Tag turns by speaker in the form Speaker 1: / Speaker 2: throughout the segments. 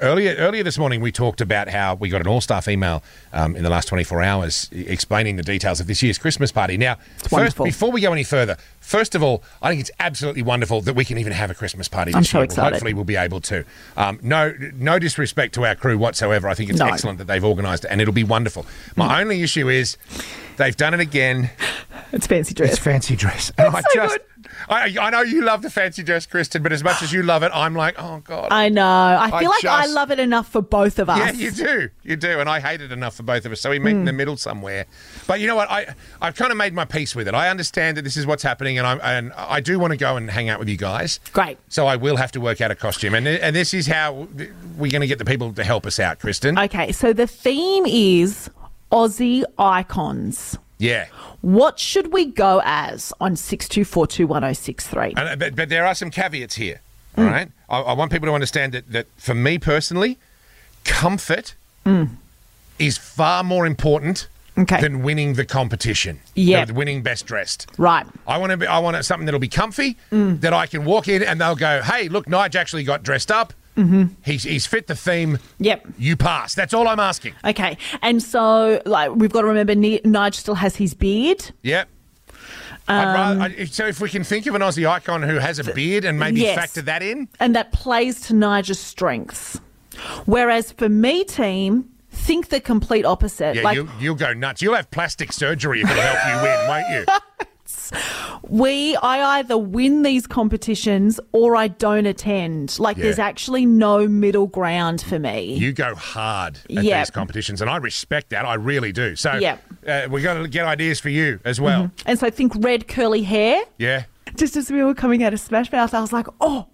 Speaker 1: Earlier, earlier this morning, we talked about how we got an all-staff email um, in the last 24 hours e, explaining the details of this year's Christmas party. Now, first,
Speaker 2: wonderful.
Speaker 1: before we go any further, first of all, I think it's absolutely wonderful that we can even have a Christmas party. This
Speaker 2: I'm so
Speaker 1: year.
Speaker 2: excited.
Speaker 1: Hopefully, we'll be able to. Um, no, no disrespect to our crew whatsoever. I think it's
Speaker 2: No. Mm.
Speaker 1: excellent that they've organised it, and it'll be wonderful. My only issue is they've done it again.
Speaker 2: It's fancy dress.
Speaker 1: It's fancy dress. And I
Speaker 2: so
Speaker 1: just, I, I know you love the fancy dress, Kristen, but as much as you love it, I'm like, oh god.
Speaker 2: I know. I
Speaker 1: I
Speaker 2: feel like I
Speaker 1: just-
Speaker 2: love it enough for both of us. Hmm.
Speaker 1: yeah, you do, you do, and I hate it enough for both of us. So we meet in the middle somewhere. But you know what? I I've kind of made my peace with it. I understand that this is what's happening, and I and I do want to go and hang out with you guys.
Speaker 2: Great.
Speaker 1: So I will have to work out a costume, and and this is how we're going to get the people to help us out, Kristen.
Speaker 2: Okay, so the theme is Aussie icons.
Speaker 1: yeah.
Speaker 2: What should we go as on
Speaker 1: And,
Speaker 2: 62421063?
Speaker 1: uh, but, but there are some caveats here.
Speaker 2: Hmm.
Speaker 1: All right, I, I want people to understand that, that for me personally, comfort is far more important
Speaker 2: Hmm. Okay.
Speaker 1: than winning the competition.
Speaker 2: Yeah.
Speaker 1: than winning best dressed.
Speaker 2: Right.
Speaker 1: I want to be. I want something that'll be comfy
Speaker 2: Mm.
Speaker 1: that I can walk in and they'll go, "Hey, look, Nige actually got dressed up. Mm-hmm. He's he's fit the theme.
Speaker 2: Yep.
Speaker 1: you pass. That's all I'm asking.
Speaker 2: Okay, and so like we've got to remember Ni- Nige still has his beard.
Speaker 1: Yep." I'd
Speaker 2: Um,
Speaker 1: rather, I, if- so if we can think of an Aussie icon who has a beard and maybe
Speaker 2: yes.
Speaker 1: factor that in,
Speaker 2: and that plays to Niger's strengths. Whereas for me, team, think the complete opposite.
Speaker 1: Yeah,
Speaker 2: like
Speaker 1: you, you'll go nuts. You'll have plastic surgery if it'll help you win, won't you?
Speaker 2: we, I either win these competitions or I don't attend. Like
Speaker 1: Yeah.
Speaker 2: there's actually no middle ground for me.
Speaker 1: You go hard at
Speaker 2: Yep.
Speaker 1: these competitions, and I respect that. I really do. So
Speaker 2: Yep. Mm-hmm.
Speaker 1: uh, we got to get ideas for you as well.
Speaker 2: and so think red curly hair.
Speaker 1: Yeah.
Speaker 2: Just as we were coming out of Smash Mouth, I was like, oh,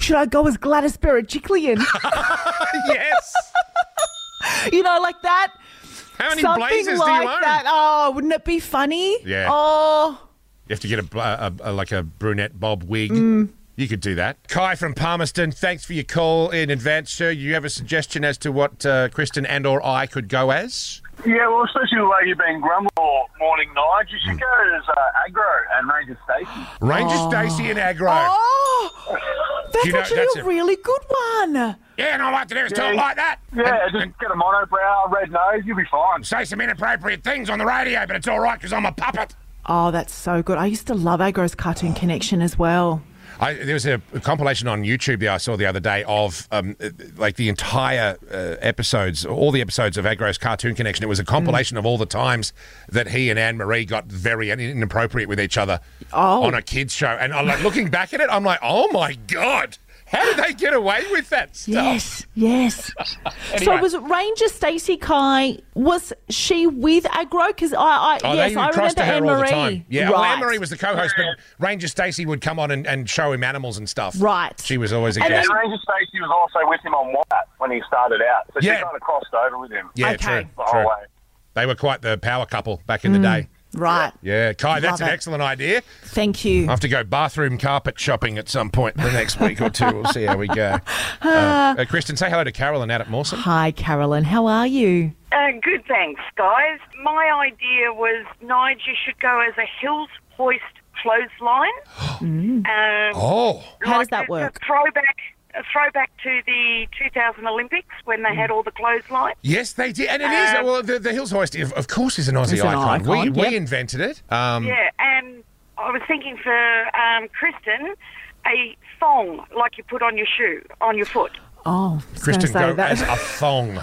Speaker 2: should I go as Gladys Berejiklian?
Speaker 1: yes.
Speaker 2: you know, like that.
Speaker 1: How many
Speaker 2: Something
Speaker 1: blazers
Speaker 2: like
Speaker 1: do you own?
Speaker 2: that. Oh, wouldn't it be funny?
Speaker 1: Yeah.
Speaker 2: Oh.
Speaker 1: You have to get a, bl- a, a like a brunette bob wig.
Speaker 3: Mm.
Speaker 1: You could do that. Kai from Palmerston, thanks for your call in advance, sir. You have a suggestion as to what uh, Kristen and or I could go as?
Speaker 3: Yeah, well, especially the way you've been grumbling all morning, Nige, you
Speaker 1: Hmm.
Speaker 3: should go as uh, aggro and Ranger Station.
Speaker 1: Ranger Stacey and Agro.
Speaker 2: Oh, that's
Speaker 1: You know,
Speaker 2: actually
Speaker 1: that's
Speaker 2: a,
Speaker 1: a-
Speaker 2: really good one.
Speaker 1: Yeah, and all I have to do is talk
Speaker 3: Yeah.
Speaker 1: like that.
Speaker 3: Yeah,
Speaker 1: And-
Speaker 3: just
Speaker 1: and-
Speaker 3: get a monobrow, red nose, you'll be fine.
Speaker 1: say some inappropriate things on the radio, but it's all right because I'm a puppet.
Speaker 2: Oh, that's so good. I used to love Agro's Cartoon Connection as well.
Speaker 1: I, there was a compilation on YouTube that I saw the other day of um, uh, like the entire uh, episodes, all the episodes of Agro's Cartoon Connection. It was a
Speaker 2: Mm.
Speaker 1: compilation of all the times that he and Anne Marie got very in- inappropriate with each other
Speaker 2: Oh.
Speaker 1: on a kids show. And I'm like looking back at it, I'm like, oh my god, how did they get away with that stuff?
Speaker 2: Yes, yes. So was Ranger Stacey Kai? Was she with Agro? Because I, I
Speaker 1: Oh,
Speaker 2: yes,
Speaker 1: they
Speaker 2: I
Speaker 1: would cross
Speaker 2: remember
Speaker 1: to her
Speaker 2: Anne
Speaker 1: all the
Speaker 2: Marie.
Speaker 1: time. Yeah, well,
Speaker 2: right.
Speaker 1: Anne Marie was the co-host, but Ranger Stacey would come on and, and show him animals and stuff.
Speaker 2: Right.
Speaker 1: She was always a
Speaker 2: And
Speaker 1: guest.
Speaker 3: And Ranger Station was also with him on Wyatt when he started out, so
Speaker 1: Yeah.
Speaker 3: she kind of crossed over with him
Speaker 1: Yeah,
Speaker 2: Okay.
Speaker 1: true.
Speaker 3: the
Speaker 1: true.
Speaker 3: whole way.
Speaker 1: They were quite the power couple back in the day.
Speaker 2: right.
Speaker 1: Yeah, Uh-huh. Kai, that's
Speaker 2: Mm. Love
Speaker 1: an
Speaker 2: it.
Speaker 1: excellent idea.
Speaker 2: Thank you.
Speaker 1: I have to go bathroom carpet shopping at some point in the next week or two. We'll see how we go. Uh, uh, Kristen, say hello to Carol and Adam Mawson.
Speaker 2: Hi, Carolyn. How are you?
Speaker 4: Uh, good, thanks, guys. My idea was Nigel should go as a hills hoist clothesline. um,
Speaker 1: Oh,
Speaker 2: Mm. How does
Speaker 4: like
Speaker 2: that
Speaker 4: a- a
Speaker 2: work?
Speaker 4: throwback, a throwback to the 2000 Olympics when
Speaker 2: Mm.
Speaker 4: they had all the clotheslines.
Speaker 1: yes, they did, and it is.
Speaker 4: Uh,
Speaker 1: well, the, the Hills Hoist, of of course, is an Aussie
Speaker 2: It's an
Speaker 1: icon. We,
Speaker 2: icon, yep.
Speaker 1: we invented it. Um,
Speaker 4: Yeah, and I was thinking for um, Kristen, a thong like you put on your shoe, on your foot.
Speaker 2: Oh, I was gonna
Speaker 1: Kristen,
Speaker 2: say
Speaker 1: go
Speaker 2: that.
Speaker 1: as a thong.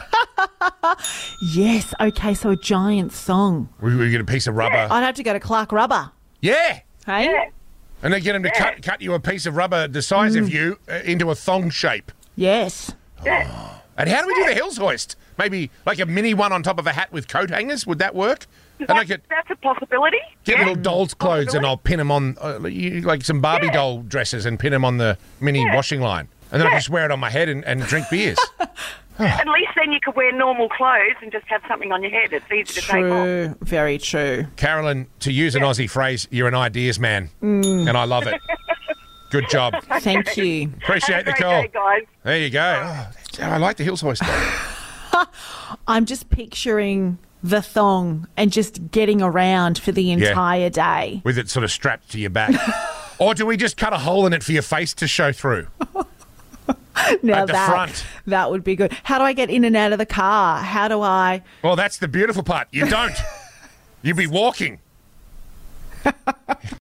Speaker 2: yes. Okay, so a giant song.
Speaker 1: we, we get a piece of rubber. Yeah,
Speaker 2: I'd have to go to Clark Rubber. Hey.
Speaker 4: Yeah.
Speaker 1: and they get them to cut cut you a piece of rubber the size of you uh, into a thong shape.
Speaker 2: Yes.
Speaker 1: Oh. And how do we do the Hills Hoist? Maybe like a mini one on top of a hat with coat hangers. Would that work? And I
Speaker 4: That,
Speaker 1: could
Speaker 4: that's a possibility.
Speaker 1: get
Speaker 4: yeah.
Speaker 1: little doll's clothes and I'll pin them on uh, you- like some Barbie doll dresses and pin them on the mini washing line. And then I just wear it on my head and, and drink beers.
Speaker 4: At least then you could wear normal clothes and just have something on your head. It's easy to take off.
Speaker 2: True. Very true.
Speaker 1: Carolyn, to use an Aussie phrase, you're an ideas man.
Speaker 4: Mm.
Speaker 1: And I love it. Good job.
Speaker 2: Thank you.
Speaker 1: Appreciate
Speaker 4: Have
Speaker 1: the
Speaker 4: a great
Speaker 1: call.
Speaker 4: day, guys.
Speaker 1: There you go. Oh, that's- I like the Hills Hoist. though.
Speaker 2: I'm just picturing the thong and just getting around for the entire day.
Speaker 1: with it sort of strapped to your back. or do we just cut a hole in it for your face to show through?
Speaker 2: now
Speaker 1: At the
Speaker 2: that,
Speaker 1: front.
Speaker 2: That would be good. How do I get in and out of the car? How do I?
Speaker 1: Well, that's the beautiful part. You don't. You'd be walking.